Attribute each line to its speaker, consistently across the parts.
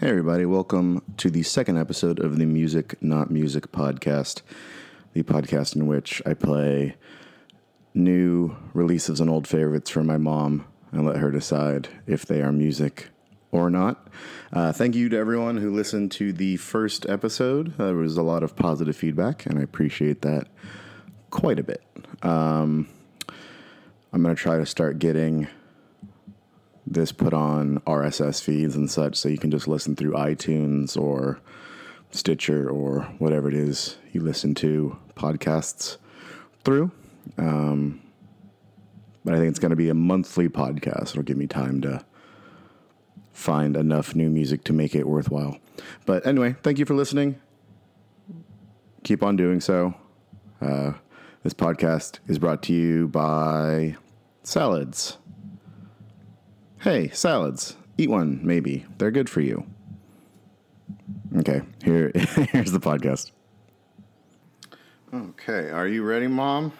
Speaker 1: Hey, everybody, welcome to the second episode of the Music Not Music podcast, the podcast in which I play new releases and old favorites for my mom and let her decide if they are music or not. Uh, thank you to everyone who listened to the first episode. Uh, There was a lot of positive feedback, and I appreciate that quite a bit. Um, I'm going to try to start getting this put on RSS feeds and such, so you can just listen through iTunes or Stitcher or whatever it is you listen to podcasts through. Um, but I think it's going to be a monthly podcast. It'll give me time to find enough new music to make it worthwhile. But anyway, thank you for listening. Keep on doing so. Uh, this podcast is brought to you by Salads. Hey, salads. Eat one, maybe. They're good for you. Okay, here here's the podcast. Okay, are you ready, Mom?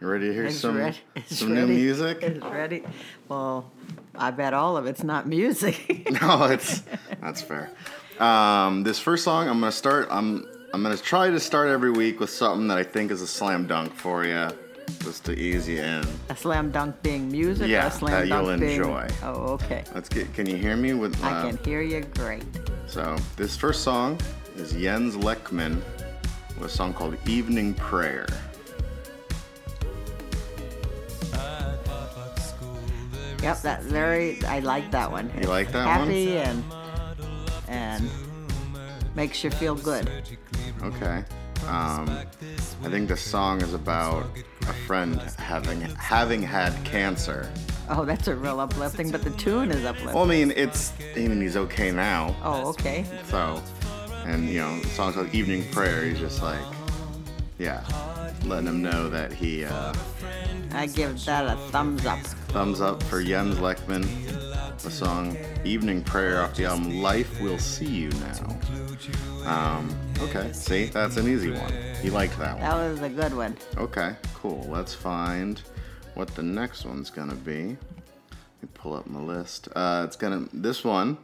Speaker 1: You ready to hear
Speaker 2: It's
Speaker 1: some
Speaker 2: ready- it's
Speaker 1: some new
Speaker 2: ready.
Speaker 1: music?
Speaker 2: It's ready. Well, I bet all of it's not music.
Speaker 1: No, it's that's fair. Um, this first song, I'm gonna start. I'm I'm gonna try to start every week with something that I think is a slam dunk for you, just to ease you in.
Speaker 2: a slam dunk being music. or
Speaker 1: Yeah,
Speaker 2: a slam
Speaker 1: that you'll
Speaker 2: dunk being-
Speaker 1: enjoy.
Speaker 2: Oh, okay.
Speaker 1: Let's get. Can you hear me with? Uh,
Speaker 2: I can hear you great.
Speaker 1: So this first song is Jens Lechman with a song called "Evening Prayer."
Speaker 2: Yep, that very. I like that one.
Speaker 1: You like that
Speaker 2: Happy and and makes you feel good.
Speaker 1: one? Okay. Um, I think the song is about a friend having having had cancer.
Speaker 2: Oh, that's a real uplifting, but the tune is
Speaker 1: Well,
Speaker 2: uplifting.
Speaker 1: I mean, it's I mean he's okay now.
Speaker 2: Oh, okay.
Speaker 1: So, and you know, songs like "Evening Prayer," he's just like, yeah, letting him know that he uh,
Speaker 2: I give that a thumbs up.
Speaker 1: thumbs up for Jens Lechman. The song "Evening Prayer" off the album "Life Will See You Now." Um, okay, see, that's an easy one. He liked that
Speaker 2: That
Speaker 1: one.
Speaker 2: was a good one.
Speaker 1: Okay, cool. Let's find what the next one's gonna be. Let me pull up my list. Uh, it's gonna this one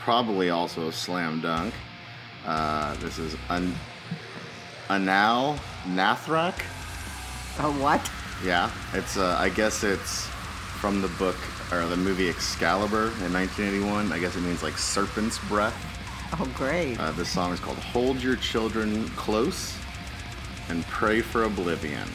Speaker 1: probably also a slam dunk. Uh, this is An- Anal Nathrak.
Speaker 2: A Oh, what?
Speaker 1: Yeah, it's uh, I guess it's from the book or the movie Excalibur in 1981. I guess it means like serpent's breath.
Speaker 2: Oh, great.
Speaker 1: Uh, this song is called "Hold Your Children Close and Pray for Oblivion."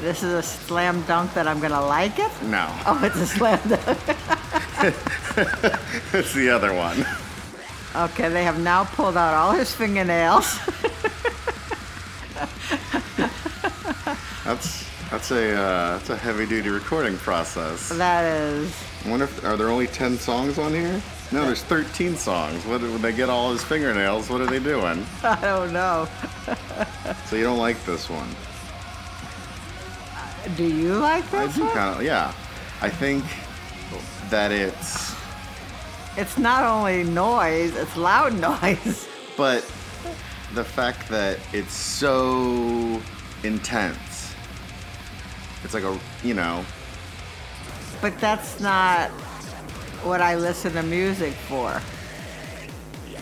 Speaker 2: This is a slam dunk that I'm gonna like it.
Speaker 1: No,
Speaker 2: Oh, it's a slam dunk.
Speaker 1: it's the other one.
Speaker 2: Okay, they have now pulled out all his fingernails.
Speaker 1: That's that's a uh, that's a heavy duty recording process.
Speaker 2: that is.
Speaker 1: I wonder if are there only ten songs on here? No, there's 13 songs. What when they get all his fingernails? What are they doing?
Speaker 2: I don't know.
Speaker 1: So you don't like this one?
Speaker 2: Do you like
Speaker 1: I
Speaker 2: this
Speaker 1: do
Speaker 2: one?
Speaker 1: kind of. Yeah, I think that it's.
Speaker 2: It's not only noise; it's loud noise.
Speaker 1: But the fact that it's so intense, it's like a you know.
Speaker 2: But that's not what I listen to music for.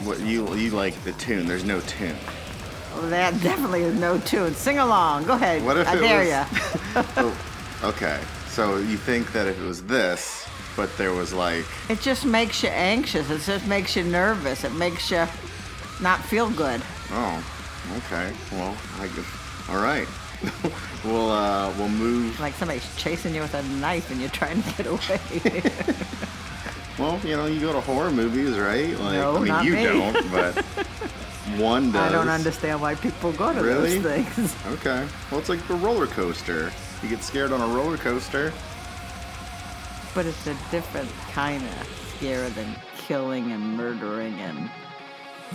Speaker 1: What you you like the tune? There's no tune.
Speaker 2: That definitely is no tune. Sing along. Go ahead.
Speaker 1: What if
Speaker 2: I
Speaker 1: it
Speaker 2: dare
Speaker 1: was-
Speaker 2: ya.
Speaker 1: Oh, okay, so you think that if it was this, but there was like
Speaker 2: It just makes you anxious. It just makes you nervous. It makes you not feel good.
Speaker 1: oh, okay, well I guess all right. we'll uh, we'll move.
Speaker 2: Like somebody's chasing you with a knife and you're trying to get away.
Speaker 1: Well, you know, you go to horror movies, right? Like,
Speaker 2: No,
Speaker 1: I mean,
Speaker 2: not
Speaker 1: you
Speaker 2: me.
Speaker 1: don't, but one does.
Speaker 2: I don't understand why people go to
Speaker 1: Really?
Speaker 2: those things.
Speaker 1: Okay. Well, it's like the roller coaster. You get scared on a roller coaster.
Speaker 2: But it's a different kind of scare than killing and murdering and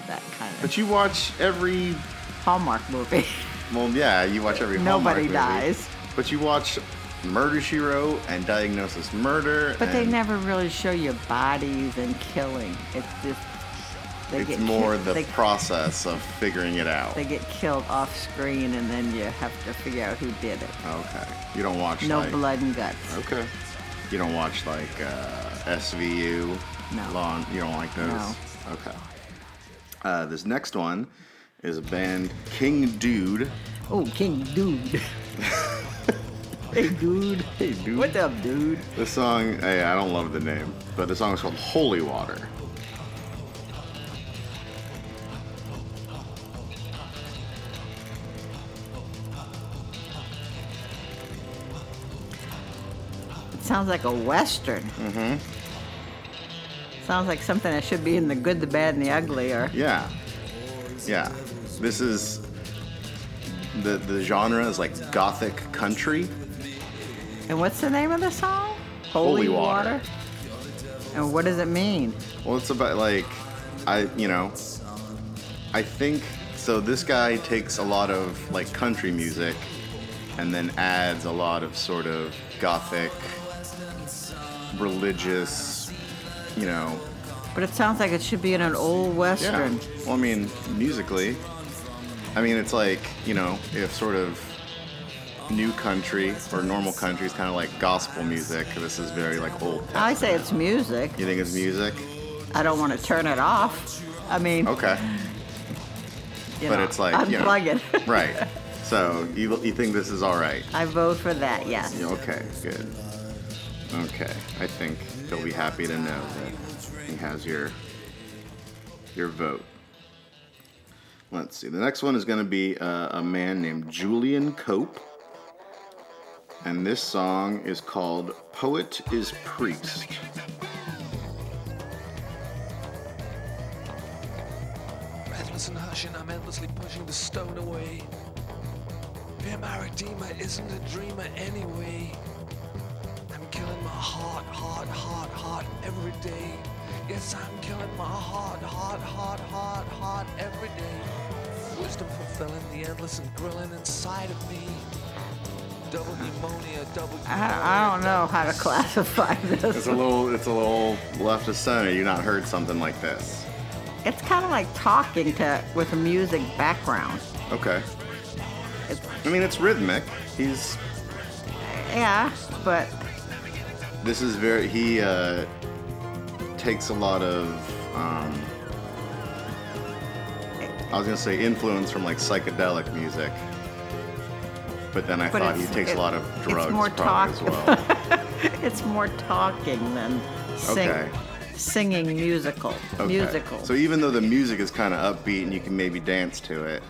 Speaker 2: that kind of
Speaker 1: But you watch every.
Speaker 2: Hallmark movie.
Speaker 1: Well, yeah, you watch every. Hallmark
Speaker 2: Nobody
Speaker 1: movie.
Speaker 2: dies.
Speaker 1: But you watch Murder She Wrote and Diagnosis Murder.
Speaker 2: But they
Speaker 1: and-
Speaker 2: never really show you bodies and killing. It's just They
Speaker 1: it's
Speaker 2: get
Speaker 1: more
Speaker 2: ki-
Speaker 1: the
Speaker 2: they-
Speaker 1: process of figuring it out.
Speaker 2: They get killed off screen, and then you have to figure out who did it.
Speaker 1: okay. You don't watch
Speaker 2: No
Speaker 1: like
Speaker 2: blood and guts.
Speaker 1: Okay. You don't watch like uh, SVU.
Speaker 2: No.
Speaker 1: Law. and- You don't like those.
Speaker 2: No.
Speaker 1: Okay. Uh, this next one is a band King Dude.
Speaker 2: Oh, King Dude. hey, dude. Hey, dude. What's up, dude?
Speaker 1: The song. Hey, I don't love the name, but the song is called Holy Water.
Speaker 2: It sounds like a Western. Mm-hmm. Sounds like something that should be in the good, the bad, and the ugly, or
Speaker 1: Yeah. Yeah. This is the the genre is like gothic country.
Speaker 2: And what's the name of the song?
Speaker 1: Holy Water.
Speaker 2: And what does it mean?
Speaker 1: Well, it's about like I, you know, I think so. This guy takes a lot of like country music, and then adds a lot of sort of gothic, religious, you know.
Speaker 2: But it sounds like it should be in an old
Speaker 1: Yeah.
Speaker 2: western.
Speaker 1: Well, I mean, musically, I mean, it's like you know, if sort of new country or normal country is kind of like gospel music. This is very like old.
Speaker 2: I say it's music.
Speaker 1: You think it's music?
Speaker 2: I don't want to turn it off. I mean,
Speaker 1: Okay.
Speaker 2: you
Speaker 1: Oh, but
Speaker 2: know,
Speaker 1: it's like, you know.
Speaker 2: unplug it.
Speaker 1: Right. So you, you think this is all right?
Speaker 2: I vote for that. Yes.
Speaker 1: Yeah, Okay, good. Okay, I think they'll be happy to know that he has your your vote. Let's see. The next one is going to be uh, a man named Julian Cope, and this song is called "Poet Is Priest."
Speaker 3: Breathless and hushing, I'm endlessly pushing the stone away. Being my redeemer isn't a dreamer anyway. I'm killing my heart, heart, heart, heart every day. Yes, I'm killing my heart, heart, heart, heart, heart every day. Wisdom fulfilling the endless and grilling inside of me. Double pneumonia, double
Speaker 2: I, I don't know how to classify
Speaker 1: It's
Speaker 2: this.
Speaker 1: a little, it's a little left of center. You not heard something like this?
Speaker 2: It's kind of like talking to with a music background.
Speaker 1: Okay.
Speaker 2: It's,
Speaker 1: I mean, it's rhythmic. He's
Speaker 2: yeah, but
Speaker 1: This is very. He uh, takes a lot of. Um, I was gonna say influence from like psychedelic music, but then I
Speaker 2: But
Speaker 1: thought he
Speaker 2: it's-
Speaker 1: takes
Speaker 2: it-
Speaker 1: a lot of
Speaker 2: it's
Speaker 1: drugs
Speaker 2: more
Speaker 1: probably
Speaker 2: talk.
Speaker 1: as well.
Speaker 2: it's more talking than sing,
Speaker 1: Okay.
Speaker 2: singing musical.
Speaker 1: Okay.
Speaker 2: Musical.
Speaker 1: So even though the music is kind of upbeat and you can maybe dance to it,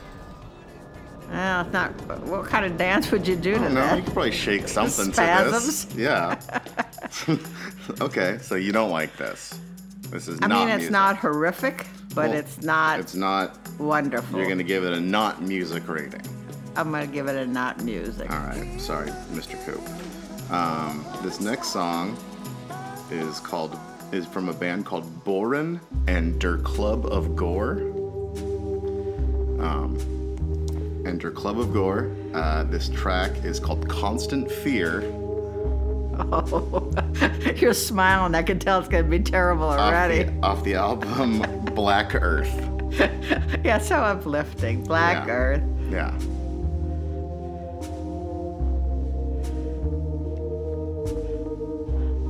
Speaker 2: Well, it's not. What kind of dance would you
Speaker 1: I
Speaker 2: do to
Speaker 1: don't know. You
Speaker 2: that?
Speaker 1: could probably shake something
Speaker 2: Spasms?
Speaker 1: to this. Yeah. okay. So you don't like this. This is
Speaker 2: I
Speaker 1: not.
Speaker 2: mean, it's
Speaker 1: music.
Speaker 2: not horrific, but
Speaker 1: Well,
Speaker 2: it's not
Speaker 1: It's not.
Speaker 2: wonderful.
Speaker 1: You're gonna give it a not music rating.
Speaker 2: I'm gonna give it a not music.
Speaker 1: All right, sorry, Mr. Coop. Um, this next song is called is from a band called Boren and Der Club of Gore. Um, and Der Club of Gore. Uh, this track is called Constant Fear.
Speaker 2: You're smiling. I can tell it's gonna be terrible
Speaker 1: Off
Speaker 2: already.
Speaker 1: the, off the album Black Earth.
Speaker 2: yeah, so uplifting. Black
Speaker 1: Yeah.
Speaker 2: Earth.
Speaker 1: Yeah.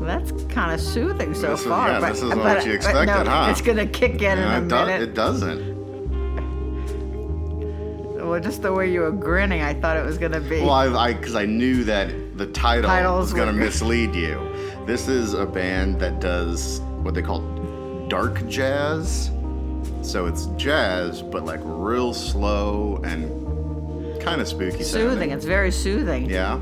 Speaker 2: That's kind of soothing so
Speaker 1: This is-
Speaker 2: far.
Speaker 1: yeah,
Speaker 2: but,
Speaker 1: this isn't
Speaker 2: but-
Speaker 1: what you
Speaker 2: but no,
Speaker 1: expected, huh?
Speaker 2: It's gonna kick in
Speaker 1: Yeah,
Speaker 2: in a
Speaker 1: it, do-
Speaker 2: minute.
Speaker 1: it doesn't.
Speaker 2: Well, just the way you were grinning, I thought it was gonna be.
Speaker 1: Well, I because I, knew that the title was
Speaker 2: Titles
Speaker 1: gonna
Speaker 2: were-
Speaker 1: mislead you. This is a band that does what they call dark jazz. So it's jazz, but like real slow and kind of spooky.
Speaker 2: soothing.
Speaker 1: sounding.
Speaker 2: It's very soothing.
Speaker 1: Yeah.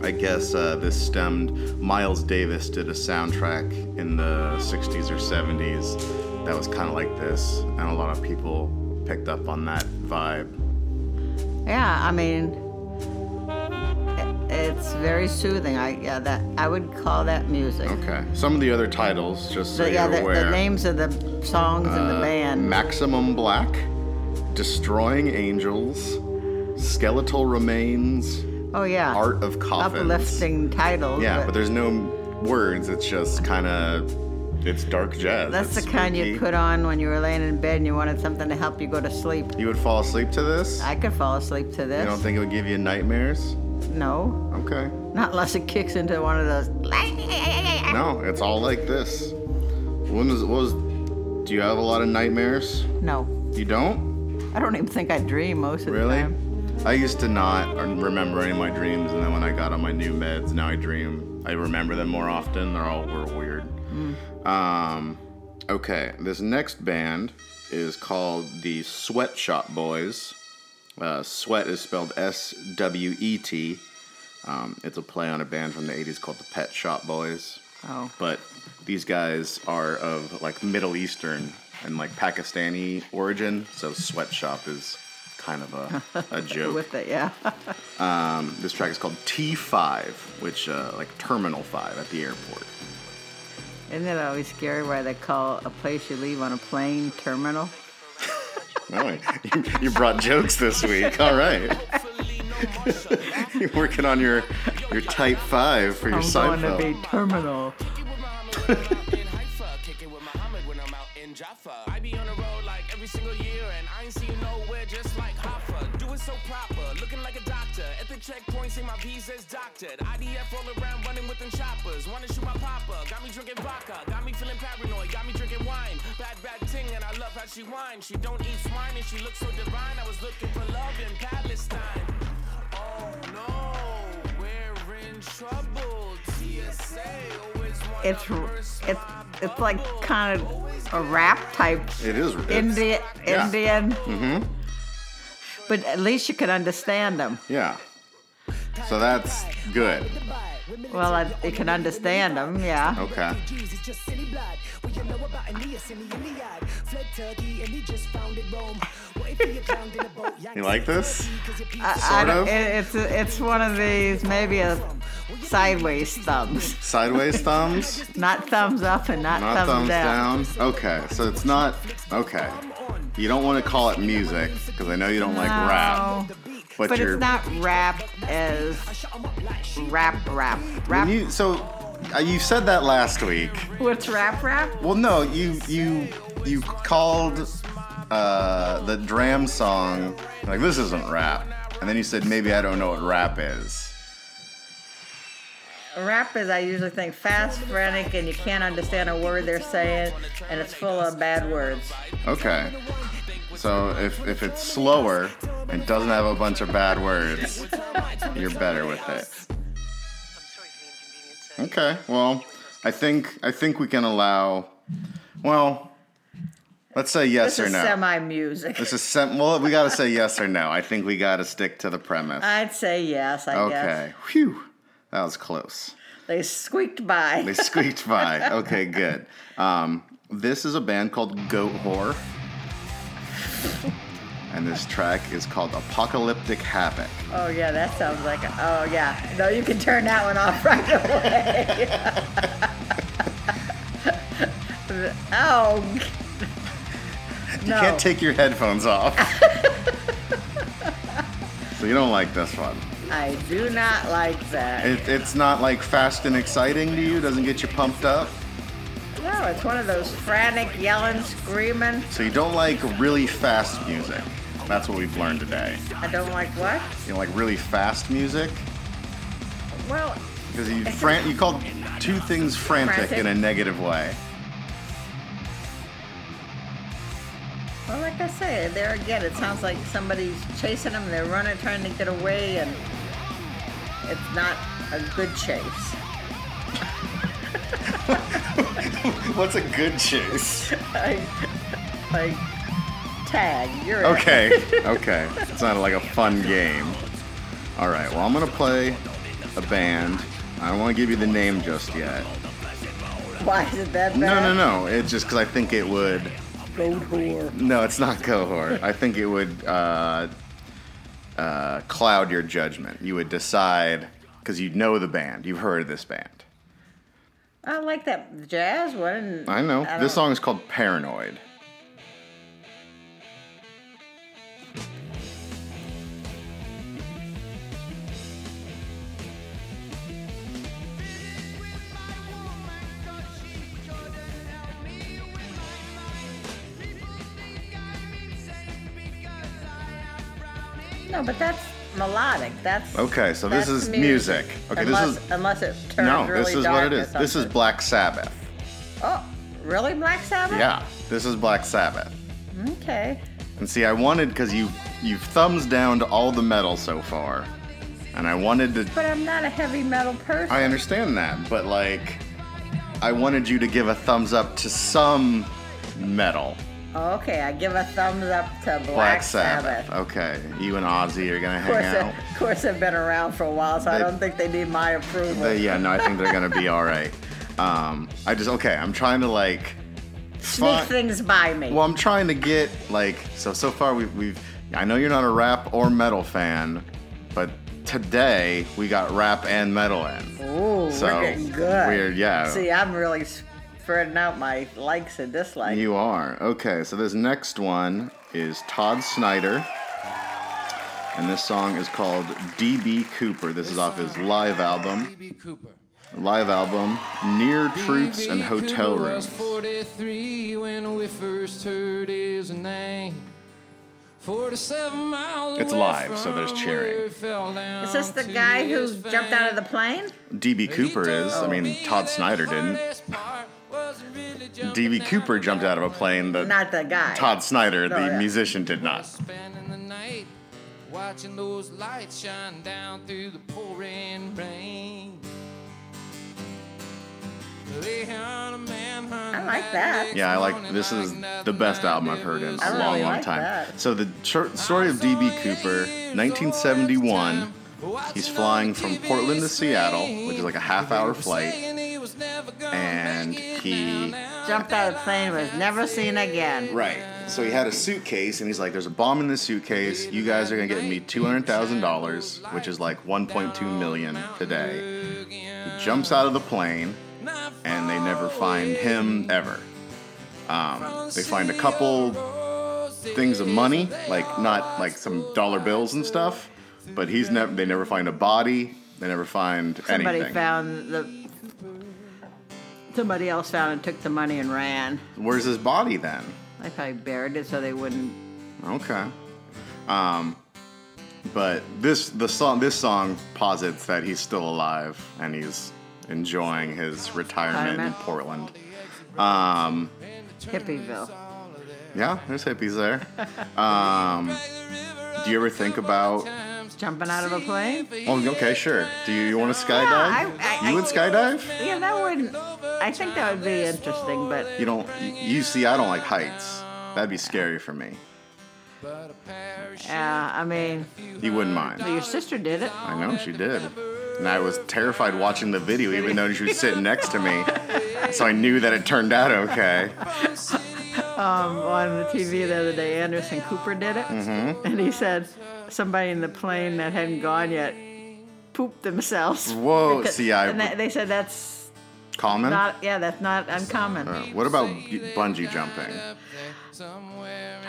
Speaker 1: I guess uh, this stemmed. Miles Davis did a soundtrack in the 60s or 70s that was kind of like this, and a lot of people picked up on that vibe.
Speaker 2: Yeah, I mean, i- it's very soothing. I yeah, that I would call that music.
Speaker 1: Okay. Some of the other titles, just so
Speaker 2: The, yeah,
Speaker 1: you're
Speaker 2: the,
Speaker 1: aware.
Speaker 2: the names of the songs and the
Speaker 1: Uh,
Speaker 2: band.
Speaker 1: Maximum Black, Destroying Angels, Skeletal Remains,
Speaker 2: oh yeah,
Speaker 1: Art of Coffins.
Speaker 2: uplifting titles.
Speaker 1: Yeah, but there's no words. It's just kind of it's dark jazz.
Speaker 2: That's
Speaker 1: It's
Speaker 2: the kind
Speaker 1: spooky.
Speaker 2: you put on when you were laying in bed and you wanted something to help you go to sleep.
Speaker 1: You would fall asleep to this?
Speaker 2: I could fall asleep to this.
Speaker 1: You don't think it would give you nightmares?
Speaker 2: no,
Speaker 1: Okay.
Speaker 2: not unless it kicks into one of those.
Speaker 1: No, it's all like this. When was, what was do you have a lot of nightmares?
Speaker 2: No,
Speaker 1: You don't?
Speaker 2: I don't even think I dream most of the
Speaker 1: Really?
Speaker 2: time.
Speaker 1: I used to not remember any of my dreams, and then when I got on my new meds, now I dream. I remember them more often. They're all were weird. Um, okay, this next band is called the Sweatshop Boys. Uh, sweat is spelled S W E T. Um, it's a play on a band from the 80s called the Pet Shop Boys.
Speaker 2: Oh.
Speaker 1: But these guys are of like Middle Eastern and like Pakistani origin, so sweatshop is kind of a, a joke.
Speaker 2: With it, yeah.
Speaker 1: Um, this track is called T5, which uh, like Terminal 5 at the airport.
Speaker 2: Isn't it always scary why they call a place you leave on a plane terminal?
Speaker 1: Oh, you, you brought jokes this week. All right. You're working on your your type five for your
Speaker 2: I'm
Speaker 1: Seinfeld.
Speaker 2: going to be terminal.
Speaker 4: in Haifa, kicking with Muhammad when I'm out in Jaffa. I be on the road like every single year, and I ain't seen you nowhere just like Hoffa. Doing so proper, looking like a doctor. At the checkpoint, see my visa's doctored. IDF all around, running with them choppers. Wanna shoot my papa, got me drinking vodka, got me feeling paranoid, got me drinking wine. Bad, bad ting, and I love how she whines. She don't eat swine, and she looks so divine. I was looking for love in Palestine. Oh no, we're in trouble. TSA always wants
Speaker 2: It's it's it's like kind of a rap type
Speaker 1: It is it's-
Speaker 2: Indian
Speaker 1: yeah.
Speaker 2: Indian. Mm-hmm. But at least you can understand them.
Speaker 1: Yeah. So that's good.
Speaker 2: Well, I, you can understand them, yeah.
Speaker 1: Okay.
Speaker 5: Refugees, it's just silly blood. What you know about Aeneas in the Iliad? Fled Turkey and he just founded Rome. What if he had drowned in a boat?
Speaker 1: You like this?
Speaker 2: I- I don't-
Speaker 1: of?
Speaker 2: it- it's it's one of these maybe a sideways thumbs,
Speaker 1: Sideways thumbs.
Speaker 2: not thumbs up and not,
Speaker 1: Not thumbs
Speaker 2: thumbs, down.
Speaker 1: down. Okay, so it's not okay. You don't want to call it music because I know you don't like rap,
Speaker 2: No.
Speaker 1: but,
Speaker 2: But
Speaker 1: you're
Speaker 2: it's not rap as rap rap
Speaker 1: when
Speaker 2: rap.
Speaker 1: you. So uh, you said that last week.
Speaker 2: What's rap rap?
Speaker 1: Well, no, you you you called uh, the dram song like this isn't rap, and then you said maybe I don't know what rap is.
Speaker 2: Rap is I usually think fast, frantic, and you can't understand a word they're saying, and it's full of bad words.
Speaker 1: Okay, so if if it's slower and doesn't have a bunch of bad words, you're better with
Speaker 6: I'm
Speaker 1: it.
Speaker 6: sorry for the inconvenience. sir.
Speaker 1: Okay. Well, I think I think we can allow. Well, let's say yes
Speaker 2: This
Speaker 1: or
Speaker 2: is
Speaker 1: no.
Speaker 2: semi music.
Speaker 1: this is sem- well, we got to say yes or no. I think we got to stick to the premise.
Speaker 2: I'd say Uh, yes. I guess
Speaker 1: okay. Whew. That was close.
Speaker 2: they squeaked by.
Speaker 1: They squeaked by. Okay, good. Um, this is a band called Goat Whore. And this track is called Apocalyptic Havoc.
Speaker 2: Oh yeah, that sounds like a, oh yeah. No, you can turn that one off right away. oh.
Speaker 1: You
Speaker 2: No.
Speaker 1: can't take your headphones off. so you don't like this one.
Speaker 2: I do not like that.
Speaker 1: It, it's not like fast and exciting to you. Doesn't get you pumped up.
Speaker 2: No, it's one of those frantic yelling, screaming.
Speaker 1: So you don't like really fast music. That's what we've learned today.
Speaker 2: I don't like what?
Speaker 1: You know, like really fast music
Speaker 2: Well,
Speaker 1: because you fran- you called two things frantic,
Speaker 2: Frantic.
Speaker 1: in a negative way.
Speaker 2: well, like I say, there again, it sounds like somebody's chasing them. They're running, trying to get away, and it's not a good chase.
Speaker 1: What's a good chase?
Speaker 2: like, like tag. You're it.
Speaker 1: Okay, okay. It's not like a fun game. All right. Well, I'm gonna play a band. I don't want to give you the name just yet.
Speaker 2: Why is it that bad?
Speaker 1: No, no, no. It's just because I think it would
Speaker 2: Gold whore.
Speaker 1: No, it's not cohort. I think it would uh, uh, cloud your judgment. You would decide because you know the band, you've heard of this band.
Speaker 2: I like that jazz one. and-
Speaker 1: I know
Speaker 2: I
Speaker 1: this
Speaker 2: don't-
Speaker 1: song is called "Paranoid."
Speaker 2: No, but that's melodic. That's
Speaker 1: Okay, so this
Speaker 2: that's
Speaker 1: is music. Okay, this
Speaker 2: unless,
Speaker 1: is-
Speaker 2: unless it turns
Speaker 1: No,
Speaker 2: really
Speaker 1: this is
Speaker 2: dark
Speaker 1: what it
Speaker 2: or
Speaker 1: is. This is
Speaker 2: something.
Speaker 1: Black Sabbath.
Speaker 2: Oh, really, Black Sabbath?
Speaker 1: Yeah, this is Black Sabbath.
Speaker 2: Okay.
Speaker 1: And see, I wanted because you you've thumbs downed all the metal so far, and I wanted to.
Speaker 2: But I'm not a heavy metal person.
Speaker 1: I understand that, but like, I wanted you to give a thumbs up to some metal.
Speaker 2: okay, I give a thumbs up to Black,
Speaker 1: Black Sabbath. Okay, you and Ozzy are gonna
Speaker 2: Of course,
Speaker 1: hang
Speaker 2: they-
Speaker 1: out.
Speaker 2: of course, they've been around for a while, so I
Speaker 1: They- uh,
Speaker 2: don't think they need my approval.
Speaker 1: But yeah, no, I think they're gonna be all right. Um, I just okay. I'm trying to like.
Speaker 2: Sneak
Speaker 1: fi-
Speaker 2: things by me.
Speaker 1: Well, I'm trying to get like so. So far, we've, we've. I know you're not a rap or metal fan, but today we got rap and metal in.
Speaker 2: Ooh,
Speaker 1: so,
Speaker 2: we're getting good.
Speaker 1: we're- yeah.
Speaker 2: See, I'm really spreading out my likes and dislikes.
Speaker 1: You are okay. So this next one is Todd Snyder, and this song is called DB Cooper. This is off his live album.
Speaker 7: D.B. Cooper.
Speaker 1: Live album, Near Truths and
Speaker 7: D.B.
Speaker 1: Hotel
Speaker 7: Cooper was
Speaker 1: Rooms.
Speaker 7: 43 when we first heard his name. 47 miles
Speaker 1: It's
Speaker 7: away
Speaker 1: live, so there's
Speaker 7: from
Speaker 1: cheering.
Speaker 7: where he fell down
Speaker 2: Is this the
Speaker 7: to
Speaker 2: guy who
Speaker 7: his
Speaker 2: jumped out of the
Speaker 7: fame.
Speaker 2: plane?
Speaker 1: DB Cooper
Speaker 7: He
Speaker 1: is. I
Speaker 7: told
Speaker 1: mean,
Speaker 7: me
Speaker 1: Todd
Speaker 7: that
Speaker 1: Snyder
Speaker 7: the
Speaker 1: didn't.
Speaker 7: hardest part wasn't really jumping
Speaker 1: DB Cooper
Speaker 7: out
Speaker 1: jumped out of a plane. The
Speaker 2: Not the guy.
Speaker 1: Todd Snyder,
Speaker 2: No,
Speaker 1: the
Speaker 2: yeah.
Speaker 1: musician, did not.
Speaker 7: Spending the night watching those lights shine down through the pouring rain. They hunt a man, hunt
Speaker 2: I like that.
Speaker 1: Yeah, I like this is the best album I've heard in
Speaker 7: I
Speaker 1: a
Speaker 2: really
Speaker 1: long, long
Speaker 2: like
Speaker 1: time.
Speaker 2: that.
Speaker 1: So the short story of DB Cooper, 1971. He's flying from Portland to Seattle, which is like a half-hour flight, and he
Speaker 2: Jumped out of the plane, was never seen again.
Speaker 1: right. So he had a suitcase, and he's like, "There's a bomb in this suitcase. You guys are gonna get me two hundred thousand dollars, which is like 1.2 million today." He jumps out of the plane, and they never find him ever. Um, they find a couple things of money, like not like some dollar bills and stuff, but he's never. They never find a body. They never find
Speaker 2: Somebody
Speaker 1: anything.
Speaker 2: found the. Somebody else found and took the money and ran.
Speaker 1: Where's his body then?
Speaker 2: They probably buried it so they wouldn't.
Speaker 1: Okay. Um, but this the song this song posits that he's still alive and he's enjoying his retirement in
Speaker 2: Retirement.
Speaker 1: Portland. Um,
Speaker 2: Hippieville.
Speaker 1: yeah, there's hippies there. Um, do you ever think about?
Speaker 2: Jumping out of a plane?
Speaker 1: Oh, okay, sure. Do you, you want to skydive?
Speaker 2: Yeah, I- I-
Speaker 1: you would
Speaker 2: I-
Speaker 1: skydive?
Speaker 2: Yeah, that wouldn't. I think that would be interesting, but
Speaker 1: You don't. You see, I don't like heights. That'd be scary for me.
Speaker 2: yeah, I mean,
Speaker 1: You wouldn't mind.
Speaker 2: your sister did it.
Speaker 1: I know she did, and I was terrified watching the video, even though she was sitting next to me. So I knew that it turned out okay.
Speaker 2: um, on the TV the other day, Anderson Cooper did it,
Speaker 1: Mm-hmm.
Speaker 2: and he said somebody in the plane that hadn't gone yet pooped themselves.
Speaker 1: Whoa, see, I-
Speaker 2: and that, they said that's
Speaker 1: Common.
Speaker 2: not. Yeah, that's not uncommon.
Speaker 1: Uh, what about y- bungee jumping?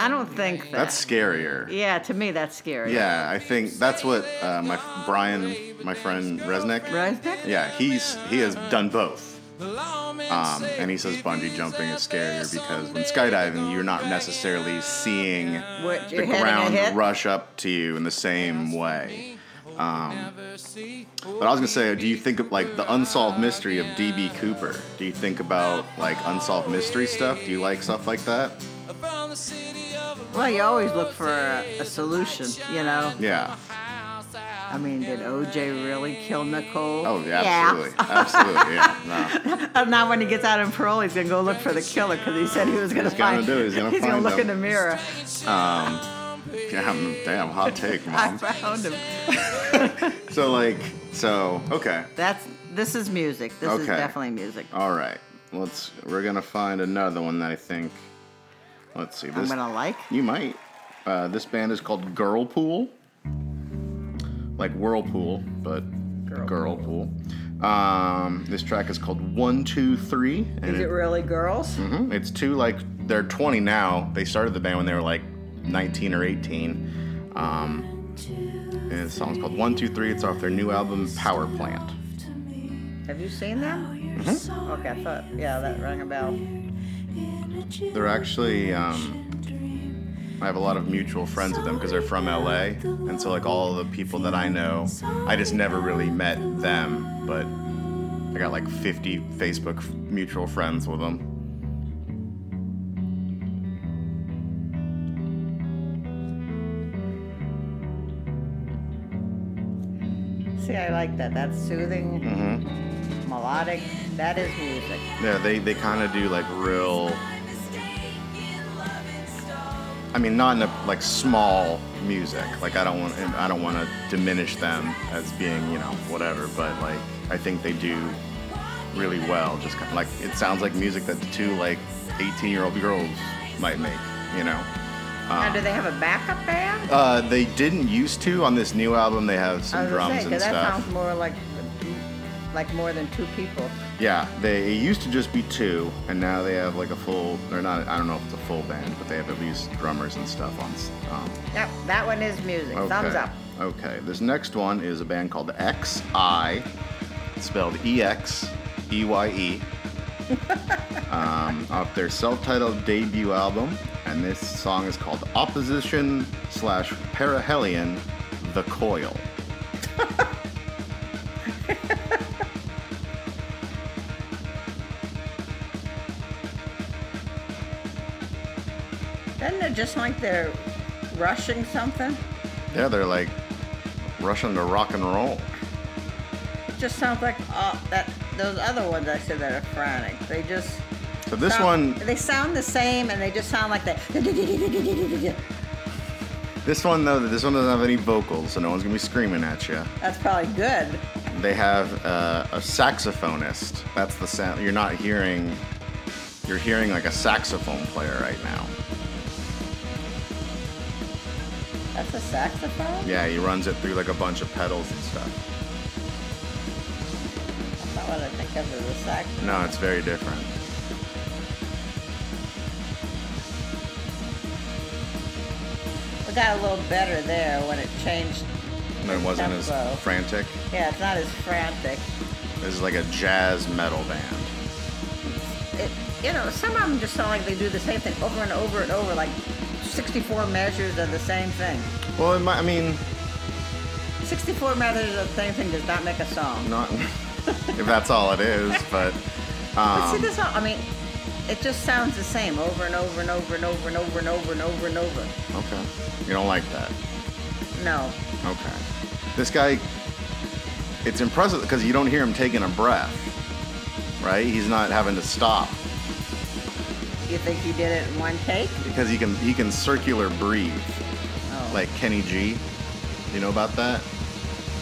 Speaker 2: I don't think that.
Speaker 1: That's scarier.
Speaker 2: yeah, to me that's scary.
Speaker 1: Yeah, I think that's what uh, my f- Brian, my friend Resnick.
Speaker 2: Right?
Speaker 1: Yeah, he's he has done both. Um, and he says bungee jumping is scarier because when skydiving, you're not necessarily seeing
Speaker 2: What,
Speaker 1: the
Speaker 2: you're having a hit?
Speaker 1: ground rush up to you in the same way. Um, but I was gonna say, do you think of like the unsolved mystery of DB Cooper? Do you think about like unsolved mystery stuff? Do you like stuff like that?
Speaker 2: Well, you always look for a, a solution, you know.
Speaker 1: Yeah.
Speaker 2: I mean, did OJ really kill Nicole?
Speaker 1: Oh, yeah, absolutely, absolutely. Yeah. No.
Speaker 2: And now when he gets out on parole, he's gonna go look for the killer because he said he was gonna
Speaker 1: He's gonna
Speaker 2: find.
Speaker 1: do it, he's gonna find
Speaker 2: look
Speaker 1: him.
Speaker 2: in the mirror.
Speaker 1: Damn, damn, hot take,
Speaker 2: I
Speaker 1: mom.
Speaker 2: found him.
Speaker 1: So like, so okay,
Speaker 2: That's this is music. This is
Speaker 1: Okay. Oh,
Speaker 2: definitely music.
Speaker 1: all right. Let's. We're gonna find another one that I think. Let's see.
Speaker 2: I'm
Speaker 1: This
Speaker 2: gonna like.
Speaker 1: you might. Uh, this band is called Girlpool, like whirlpool, but Girlpool. Um, this track is called One Two Three, and
Speaker 2: Is it
Speaker 1: it-
Speaker 2: really girls?
Speaker 1: Mhm. It's two like they're 20 now. They started the band when they were like 19 or 18. Um, and the song's called One Two Three. It's off their new album Power Plant.
Speaker 2: Have you seen them? Okay, I thought yeah, that rang a bell.
Speaker 1: They're actually um, I have a lot of mutual friends with them because they're from LA, and so like all the people that I know, I just never really met them, but I got like 50 Facebook f- mutual friends with them.
Speaker 2: See, I like that. That's soothing,
Speaker 1: Mm-hmm.
Speaker 2: melodic. That is music.
Speaker 1: Yeah, they they kind of do like real. I mean, not in a like small music. Like I don't want I don't want to diminish them as being you know whatever, but like I think they do really well. Just kind of, like it sounds like music that two like 18 year old girls might make. You know. Ah.
Speaker 2: now, do they have a backup band?
Speaker 1: Uh, they didn't used to on this new album. They have some
Speaker 2: I was gonna
Speaker 1: drums
Speaker 2: say,
Speaker 1: and
Speaker 2: 'cause that
Speaker 1: stuff.
Speaker 2: sounds more like like more than two people.
Speaker 1: Yeah, they it used to just be two, and now they have like a full. They're not. I don't know if it's a full band, but they have at least drummers and stuff on. s- Um,
Speaker 2: Yep, that one is music.
Speaker 1: okay.
Speaker 2: Thumbs up.
Speaker 1: Okay. This next one is a band called XI, spelled E X E Y E. Um, off their self-titled debut album, and this song is called Opposition slash Parahelion, The Coil.
Speaker 2: Then they're just like they're rushing something.
Speaker 1: Yeah, they're like rushing to rock and roll.
Speaker 2: It just sounds like oh, that those other ones I said that are frantic. They just
Speaker 1: So this
Speaker 2: sound-
Speaker 1: one,
Speaker 2: they sound the same and they just sound like that.
Speaker 1: This one though, this one doesn't have any vocals, so no one's gonna be screaming at you.
Speaker 2: That's probably good.
Speaker 1: They have uh, a saxophonist. That's the sound. You're not hearing. You're hearing like a saxophone player right now.
Speaker 2: That's a saxophone.
Speaker 1: Yeah, he runs it through like a bunch of pedals and stuff.
Speaker 2: That's not what I think of as a saxophone.
Speaker 1: No, it's very different.
Speaker 2: It got a little better there when it changed.
Speaker 1: And it wasn't as
Speaker 2: Tempo.
Speaker 1: frantic.
Speaker 2: Yeah, it's not as frantic.
Speaker 1: This is like a jazz metal band.
Speaker 2: It, you know, some of them just sound like they do the same thing over and over and over, like 64 measures of the same thing.
Speaker 1: Well, it might, I mean,
Speaker 2: 64 measures of the same thing does not make a song.
Speaker 1: not if that's all it is, but
Speaker 2: but see,
Speaker 1: Um,
Speaker 2: this all, I mean, it just sounds the same over and over and over and over and over and over and over and over.
Speaker 1: okay. You don't like that.
Speaker 2: No.
Speaker 1: Okay. This guy, it's impressive because you don't hear him taking a breath, right? He's not having to stop
Speaker 2: You think you did it in one take?
Speaker 1: because he can he can circular breathe
Speaker 2: Oh,
Speaker 1: like Kenny G. You know about that?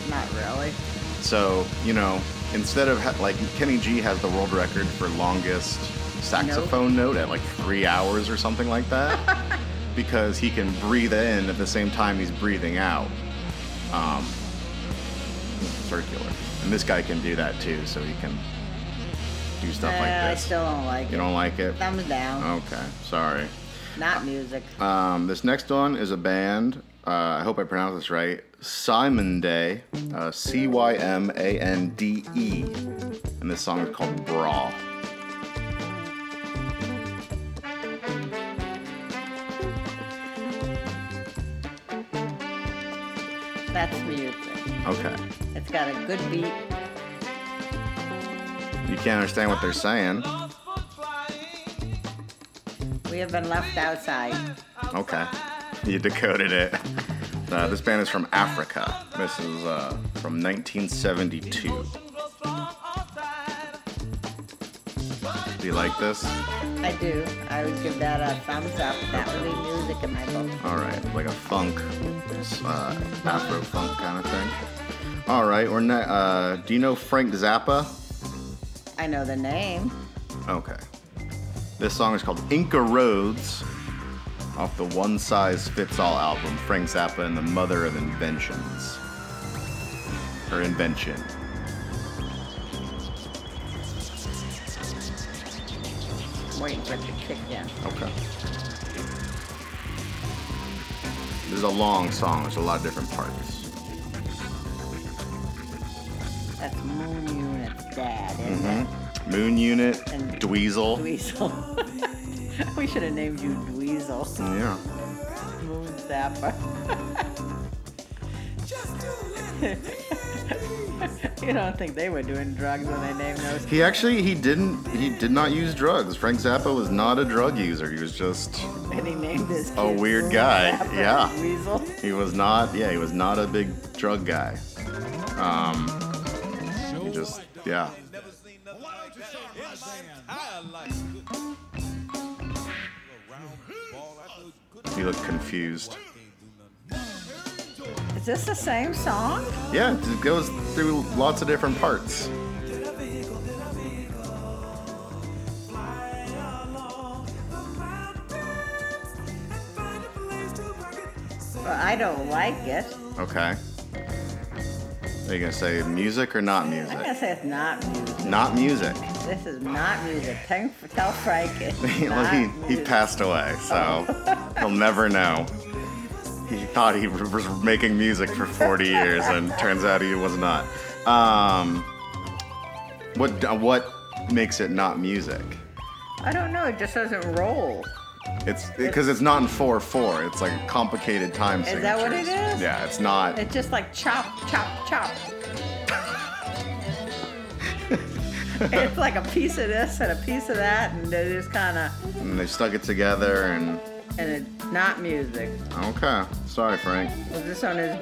Speaker 2: not really.
Speaker 1: So you know, instead of ha- like Kenny G has the world record for longest saxophone note at like three hours or something like that, because he can breathe in at the same time he's breathing out. Um, circular, and this guy can do that too, so he can do stuff
Speaker 2: Uh, I
Speaker 1: like this.
Speaker 2: still don't like
Speaker 1: you Uh,
Speaker 2: it.
Speaker 1: don't like it?
Speaker 2: Thumbs down.
Speaker 1: Okay, sorry.
Speaker 2: Not music.
Speaker 1: Um, this next one is a band. Uh, I hope I pronounced this right. Simon Day, uh, C Y M A N D E, and this song is called Bra.
Speaker 2: That's music.
Speaker 1: Okay,
Speaker 2: It's got a good beat.
Speaker 1: you can't understand what they're saying.
Speaker 2: We have been left outside.
Speaker 1: Okay, you decoded it. Uh, this band is from Africa. This is uh, from 1972. Do you like this?
Speaker 2: I do. I would give that a thumbs up. That would be music in my book.
Speaker 1: All right, like a funk, uh, Afro funk kind of thing. All right, or ne- uh, do you know Frank Zappa?
Speaker 2: I know the name.
Speaker 1: Okay. This song is called Inca Roads off the One Size Fits All album, Frank Zappa and the Mother of Inventions. Or Invention.
Speaker 2: I'm waiting for it to kick in.
Speaker 1: Okay. This is a long song, there's a lot of different parts.
Speaker 2: That's Moon Unit's dad,
Speaker 1: Hmm.
Speaker 2: isn't
Speaker 1: Mm-hmm. Moon Unit,
Speaker 2: And-
Speaker 1: Dweezil.
Speaker 2: it? Dweezil. we should have named you Dweezil.
Speaker 1: Yeah.
Speaker 2: that, but you don't think they were doing drugs when they named those?
Speaker 1: He actually he didn't he did not use drugs. Frank Zappa was not a drug user. He was just
Speaker 2: And he named his
Speaker 1: a
Speaker 2: kid
Speaker 1: weird
Speaker 2: Little
Speaker 1: guy.
Speaker 2: Zappa and
Speaker 1: Yeah.
Speaker 2: Weasel.
Speaker 1: He was not, yeah, he was not a big drug guy. Um, he just, yeah. He looked confused.
Speaker 2: Is this the same song?
Speaker 1: Yeah, it goes through lots of different parts.
Speaker 2: Well, I don't like it.
Speaker 1: Okay. Are you gonna say music or not
Speaker 2: I'm gonna
Speaker 1: music?
Speaker 2: say it's not music.
Speaker 1: Not music.
Speaker 2: This is not music. Tell, tell Frank it's
Speaker 1: Well,
Speaker 2: not
Speaker 1: he, he
Speaker 2: music.
Speaker 1: passed away, so he'll never know. He thought he was making music for 40 years, and turns out he was not. Um, what uh, what makes it not music?
Speaker 2: I don't know. It just doesn't roll.
Speaker 1: It's because it's not in four four. It's like a complicated time
Speaker 2: Is
Speaker 1: signature.
Speaker 2: that what it is?
Speaker 1: Yeah, it's not.
Speaker 2: It's just like chop, chop, chop. it's like a piece of this and a piece of that, and they just kind of,
Speaker 1: And they stuck it together, and
Speaker 2: and it's not music.
Speaker 1: okay. Sorry, Frank.
Speaker 2: Was this on his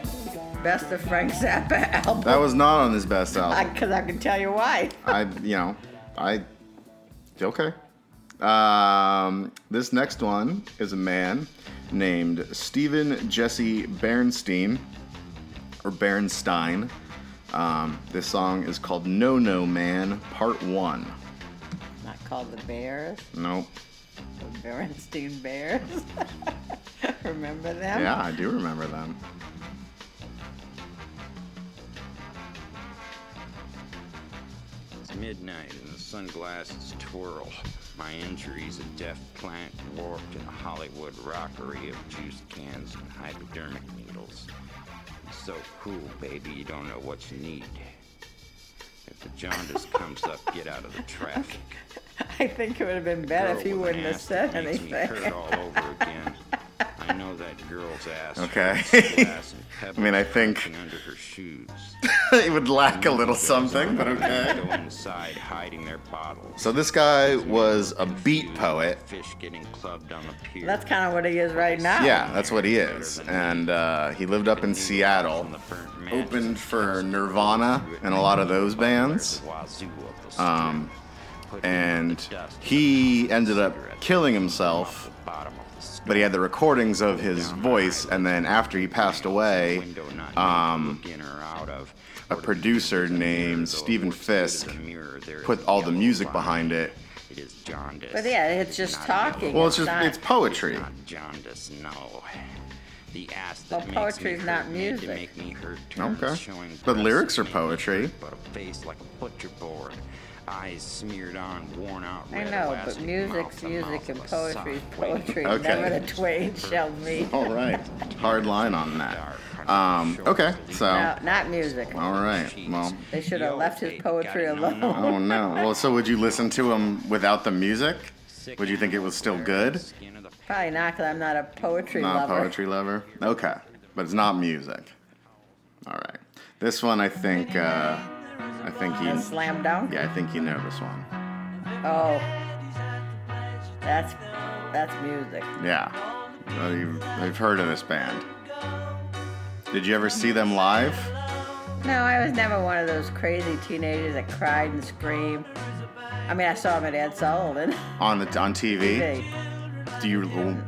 Speaker 2: best of Frank Zappa album?
Speaker 1: That was not on his best album.
Speaker 2: Because I, can tell you why.
Speaker 1: I, you know, I, okay. Um, this next one is a man named Stephen Jesse Bernstein, or Bernstein. Um, this song is called No No Man Part 1.
Speaker 2: Not called the Bears,
Speaker 1: Nope.
Speaker 2: the Berenstein Bears. Remember them?
Speaker 1: Yeah, I do remember them.
Speaker 8: It's midnight and the sunglasses twirl. My injuries a deaf plant warped in a Hollywood rockery of juice cans and hypodermic needles. It's so cool, baby, you don't know what you need. If the jaundice comes up, get out of the traffic.
Speaker 2: I think it would have been better
Speaker 8: Girl
Speaker 2: if he
Speaker 8: with an
Speaker 2: wouldn't have
Speaker 8: ass that
Speaker 2: said
Speaker 8: makes me
Speaker 2: anything.
Speaker 8: hurt all over again. I know that girl's ass.
Speaker 1: Okay.
Speaker 8: holds glass and pebbles
Speaker 1: mean, I think-
Speaker 8: bouncing under her shoes.
Speaker 1: it would lack a little something, but okay.
Speaker 8: Go inside, hiding their bottles.
Speaker 1: So this guy was a beat poet.
Speaker 8: Fish getting clubbed on the pier.
Speaker 2: That's kind of what he is right now.
Speaker 1: Yeah, that's what he is. And uh, he lived up in Seattle. opened for Nirvana and a lot of those bands. Um, and he ended up killing himself, but he had the recordings of his voice. And then after he passed away, um, a producer named Stephen Fisk put all the music behind it.
Speaker 8: It is jaundice.
Speaker 2: But yeah, it's just talking.
Speaker 1: Well, it's just
Speaker 2: not-
Speaker 1: it's poetry.
Speaker 8: Not jaundice, no. The ass that
Speaker 2: Well,
Speaker 8: makes
Speaker 2: poetry's
Speaker 8: me
Speaker 2: not
Speaker 8: hurt made to
Speaker 2: music.
Speaker 8: make me hurt turns
Speaker 1: Okay,
Speaker 8: showing
Speaker 1: but
Speaker 8: breasts
Speaker 1: lyrics are
Speaker 8: that make me
Speaker 1: poetry.
Speaker 8: hurt, But a face like a butcher board, eyes smeared on, worn out.
Speaker 2: I know,
Speaker 8: red
Speaker 2: but
Speaker 8: elastic, mouth
Speaker 2: music's
Speaker 8: to
Speaker 2: music
Speaker 8: mouth
Speaker 2: and
Speaker 8: of a
Speaker 2: poetry's
Speaker 8: sock, waiting
Speaker 2: poetry.
Speaker 1: Okay. Oh,
Speaker 2: Never the twain shall meet.
Speaker 1: All right, hard line on that. Um, okay, so.
Speaker 2: No, not music.
Speaker 1: All right. Well,
Speaker 2: They should have
Speaker 8: Yo,
Speaker 2: left his
Speaker 8: baby,
Speaker 2: poetry
Speaker 8: gotta know
Speaker 2: alone.
Speaker 8: now.
Speaker 1: I don't know. Well, so would you listen to him without the music?
Speaker 8: Sick
Speaker 1: Would you think it was still good?
Speaker 8: Skin of the
Speaker 2: Probably not, because I'm not a poetry
Speaker 1: Not
Speaker 2: lover.
Speaker 1: poetry lover. Okay, but it's not music. All right. This one, I think. Uh, I think
Speaker 2: And
Speaker 1: you.
Speaker 2: slam dunk.
Speaker 1: Yeah, I think you know this one.
Speaker 2: Oh, that's that's music.
Speaker 1: Yeah. Uh, you- I've heard of this band. Did you ever see them live?
Speaker 2: No, I was never one of those crazy teenagers that cried and screamed. I mean, I saw him at Ed Sullivan.
Speaker 1: On the on TV?
Speaker 2: Hey.
Speaker 1: Do you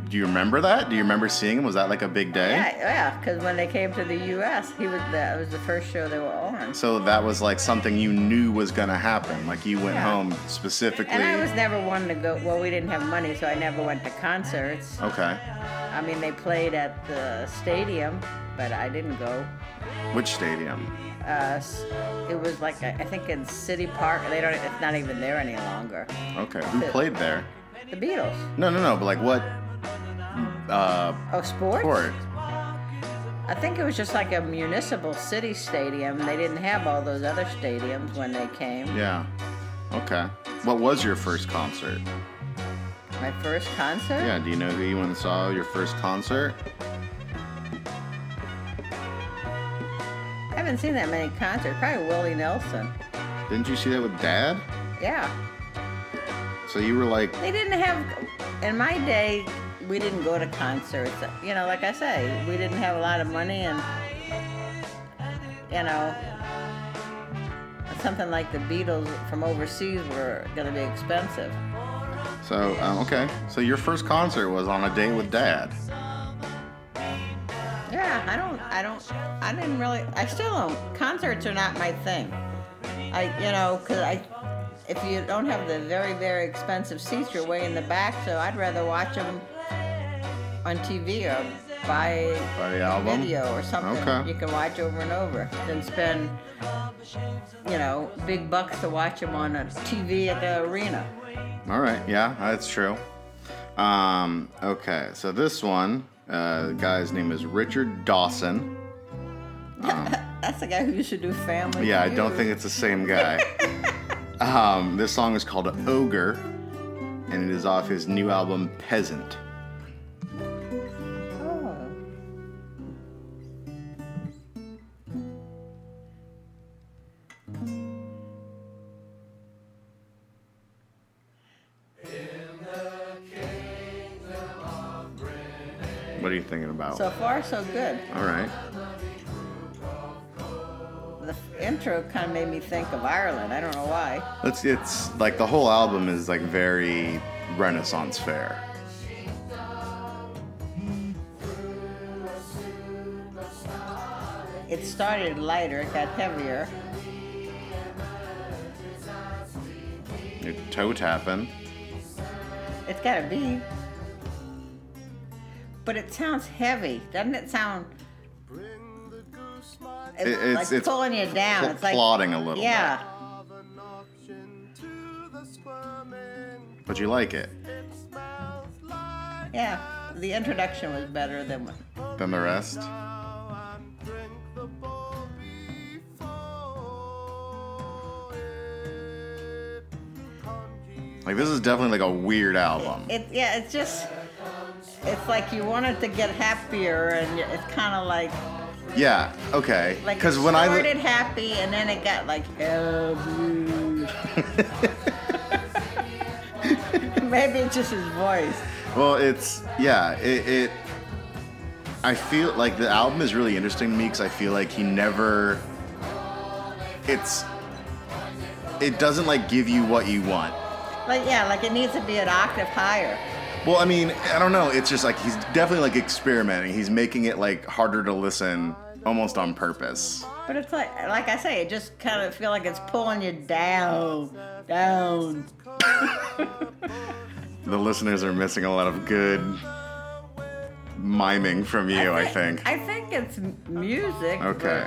Speaker 1: do you remember that? Do you remember seeing them? Was that like a big day?
Speaker 2: Yeah, yeah, because when they came to the U.S., he was that was the first show they were on.
Speaker 1: So that was like something you knew was gonna happen. Like you went
Speaker 2: Yeah.
Speaker 1: home specifically.
Speaker 2: And I was never one to go. Well, we didn't have money, so I never went to concerts.
Speaker 1: okay.
Speaker 2: I mean, they played at the stadium, but I didn't go.
Speaker 1: Which stadium?
Speaker 2: Uh, s- it was like I I think in City Park. They don't. It's not even there any longer.
Speaker 1: Okay. Who played there?
Speaker 2: The Beatles.
Speaker 1: No, no, no. But like what? Uh,
Speaker 2: Oh, sports.
Speaker 1: court.
Speaker 2: I think it was just like a municipal city stadium. They didn't have all those other stadiums when they came.
Speaker 1: Yeah. Okay. What was your first concert?
Speaker 2: My first concert.
Speaker 1: Yeah. Do you know who you went and saw your first concert?
Speaker 2: haven't seen that many concerts. Probably Willie Nelson.
Speaker 1: Didn't you see that with Dad?
Speaker 2: Yeah.
Speaker 1: So you were like,
Speaker 2: They didn't have, in my day, we didn't go to concerts. You know, like I say, we didn't have a lot of money and, you know, something like the Beatles from overseas were going to be expensive.
Speaker 1: so um, okay. So your first concert was on a date with Dad.
Speaker 2: Yeah, I don't, I don't, I didn't really, I still don't. Concerts are not my thing. I, you know, 'cause I, if you don't have the very, very expensive seats, you're way in the back, so I'd rather watch them on TV or buy
Speaker 1: Buy the
Speaker 2: a
Speaker 1: album?
Speaker 2: video or something
Speaker 1: Okay.
Speaker 2: you can watch over and over than spend, you know, big bucks to watch them on a TV at the arena.
Speaker 1: All right. Yeah, that's true. Um, okay. So this one, uh, the guy's name is Richard Dawson.
Speaker 2: That's the guy who used to do Family
Speaker 1: Yeah, I don't
Speaker 2: Feud.
Speaker 1: think it's the same guy. um, this song is called Ogre, and it is off his new album Peasant.
Speaker 2: Oh.
Speaker 1: What are you thinking about?
Speaker 2: So far, so good.
Speaker 1: All right.
Speaker 2: The intro kind of made me think of Ireland. I don't know why.
Speaker 1: It's it's like the whole album is like very Renaissance fair.
Speaker 2: It started lighter, it got heavier.
Speaker 1: You're toe tapping.
Speaker 2: It's got to be. But it sounds heavy. Doesn't it sound. It's,
Speaker 1: It- it's-
Speaker 2: like
Speaker 1: it's
Speaker 2: pulling you down.
Speaker 1: pl-
Speaker 2: it's like
Speaker 1: plodding a little
Speaker 2: Yeah.
Speaker 1: But you like it
Speaker 2: Yeah. The introduction was better than what.
Speaker 1: than the rest. Like this is definitely like a weird album.
Speaker 2: It, yeah, it's just. It's like you wanted to get happier, and it's kind of like
Speaker 1: Yeah. Okay.
Speaker 2: like
Speaker 1: Because
Speaker 2: it
Speaker 1: when I
Speaker 2: started
Speaker 1: li-
Speaker 2: happy and then it got like heavy. Maybe it's just his voice.
Speaker 1: well, it's yeah. It, it. I feel like the album is really interesting to me because I feel like he never. It's. It doesn't like give you what you want.
Speaker 2: Like yeah, like it needs to be an octave higher.
Speaker 1: Well, I mean, I don't know. It's just like he's definitely like experimenting. He's making it like harder to listen, almost on purpose.
Speaker 2: But it's like like I say, it just kind of feel like it's pulling you down, down.
Speaker 1: The listeners are missing a lot of good miming from you. I think.
Speaker 2: I think it's m- music. but-
Speaker 1: Okay.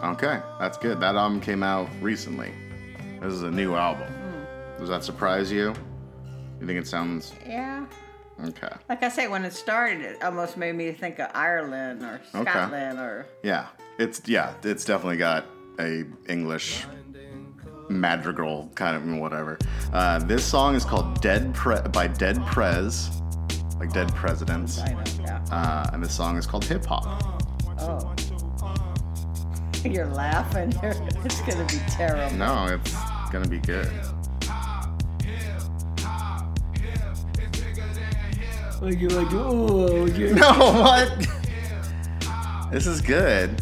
Speaker 1: Okay, that's good. That album came out recently. This is a new album. Does that surprise you? You think it sounds
Speaker 2: yeah.
Speaker 1: okay?
Speaker 2: Like I say, when it started, it almost made me think of Ireland or
Speaker 1: Okay.
Speaker 2: Scotland or
Speaker 1: Yeah, it's yeah, it's definitely got a English madrigal kind of whatever. Uh, this song is called "Dead Pre" by Dead Prez, like Dead Presidents,
Speaker 2: I know, yeah.
Speaker 1: uh, and this song is called "Hip Hop."
Speaker 2: Oh. You're laughing. It's gonna be terrible.
Speaker 1: No, it's gonna be good.
Speaker 2: Like you're like, oh,
Speaker 1: No, what? this is good.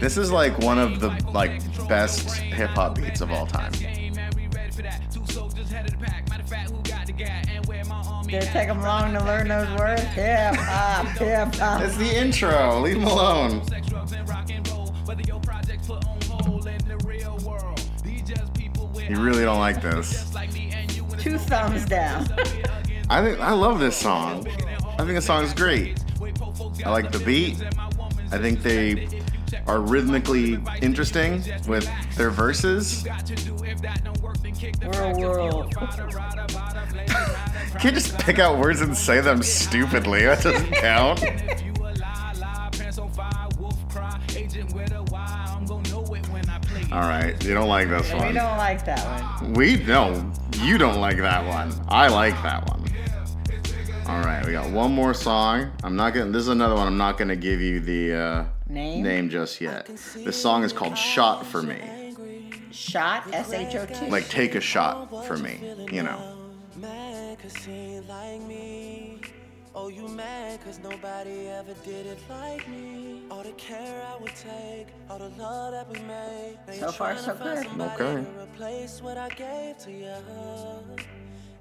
Speaker 1: This is like one of the like best hip hop beats of all time.
Speaker 2: Did it take them long to learn those words? Hip hop, hip hop.
Speaker 1: It's the intro. Leave him alone. You really don't like this.
Speaker 2: Two thumbs down.
Speaker 1: I think I love this song. I think the song is great. I like the beat. I think they are rhythmically interesting with their verses.
Speaker 2: We're a world.
Speaker 1: Can't just pick out words and say them stupidly. That doesn't count. All right, you don't like this
Speaker 2: We
Speaker 1: one.
Speaker 2: don't like that one.
Speaker 1: We no, you don't like that one. I like that one. All right, we got one more song. I'm not gonna. This is another one. I'm not gonna give you the uh,
Speaker 2: Name?
Speaker 1: just yet. This song is called "Shot for Me,"
Speaker 2: Shot, S H O T.
Speaker 1: like take a shot for me. You know,
Speaker 9: mad cause she ain't like me. Oh, you mad cause nobody ever did it like me. All the care I would take, all the love that we made. Now
Speaker 2: So
Speaker 9: you're
Speaker 2: far,
Speaker 9: tryna
Speaker 2: so
Speaker 9: find
Speaker 2: good.
Speaker 9: somebody
Speaker 1: Okay.
Speaker 9: To replace what I gave to you.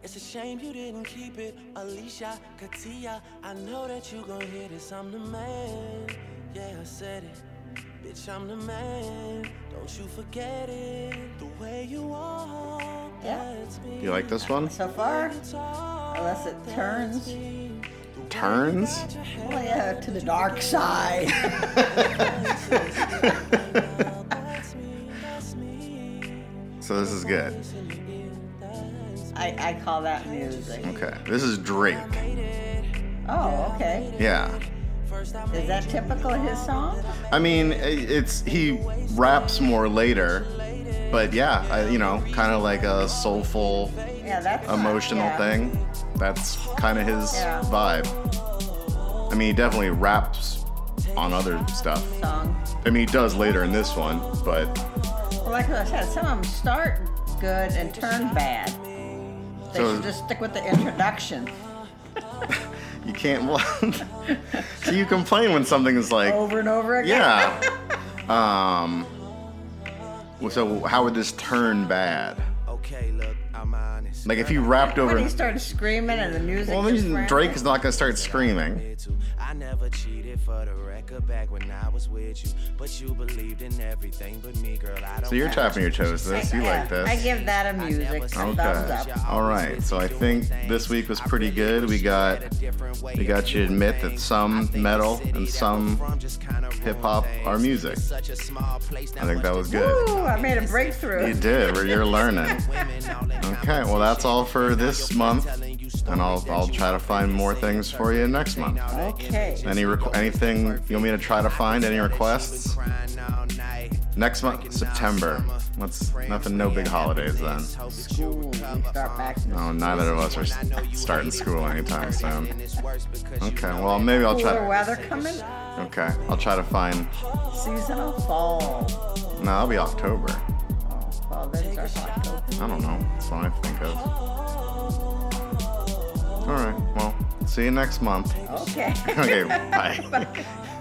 Speaker 9: It's a shame you didn't keep it, Alicia, Katia. I know that you gon' hear this. I'm the man. Yeah, I said it. Bitch, I'm the man. Don't you forget it. The way you walk,
Speaker 2: Yeah.
Speaker 9: that's me.
Speaker 1: you like this one?
Speaker 2: So far, unless it turns,
Speaker 1: Turns.
Speaker 2: oh yeah, to the dark side.
Speaker 1: So this is good.
Speaker 2: I, I call that music.
Speaker 1: Okay, this is Drake.
Speaker 2: Oh, okay.
Speaker 1: Yeah,
Speaker 2: Is that typical of his song?
Speaker 1: I mean, i- it's he raps more later, but yeah, I, you know, kind of like a soulful,
Speaker 2: Yeah, that's
Speaker 1: emotional
Speaker 2: yeah.
Speaker 1: thing. That's kind of his
Speaker 2: Yeah.
Speaker 1: vibe. I mean, he definitely raps on other stuff.
Speaker 2: Song.
Speaker 1: I mean, he does later in this one, but
Speaker 2: Well, like I said, some of them start good and turn bad. They
Speaker 1: So-
Speaker 2: should just stick with the introduction.
Speaker 1: you can't. so you complain when something is like,
Speaker 2: Over and over again.
Speaker 1: yeah. Um. So how would this turn bad?
Speaker 9: Okay, look, I'm honest.
Speaker 1: Like if you rapped over.
Speaker 2: When he started screaming and the music.
Speaker 1: Well,
Speaker 2: just
Speaker 1: then
Speaker 2: ran.
Speaker 1: Drake is not gonna start screaming.
Speaker 9: admit to. I never cheated for the record back when I was with you. But you believed in everything but me, girl. I don't
Speaker 1: So you're
Speaker 9: have
Speaker 1: tapping
Speaker 9: to.
Speaker 1: your toes to this. You
Speaker 2: Yeah,
Speaker 1: like this?
Speaker 2: I give that a music. a Thumbs
Speaker 1: Okay.
Speaker 2: up.
Speaker 1: All right. So I think this week was pretty good. We got we got you to admit that some metal and some hip hop are music. I think that was good.
Speaker 2: Woo, I made a breakthrough.
Speaker 1: You did. Where you're learning. Okay. Well, that's all for this month, and I'll I'll try to find more things for you next month.
Speaker 2: Okay.
Speaker 1: Any requ- anything you want me to try to find? Any requests? Next month, September. Let's nothing. No big holidays then.
Speaker 2: School. we Start back.
Speaker 1: No, neither of us are s- starting school anytime soon. Okay, well maybe I'll
Speaker 2: Cooler
Speaker 1: try.
Speaker 2: weather coming.
Speaker 1: Okay, I'll try to find.
Speaker 2: Seasonal fall.
Speaker 1: No, that'll be October.
Speaker 2: Oh, fall. Then starts October.
Speaker 1: I don't know. That's what I think of. All right. Well, see you next month. Oh,
Speaker 2: Okay.
Speaker 1: Okay. bye.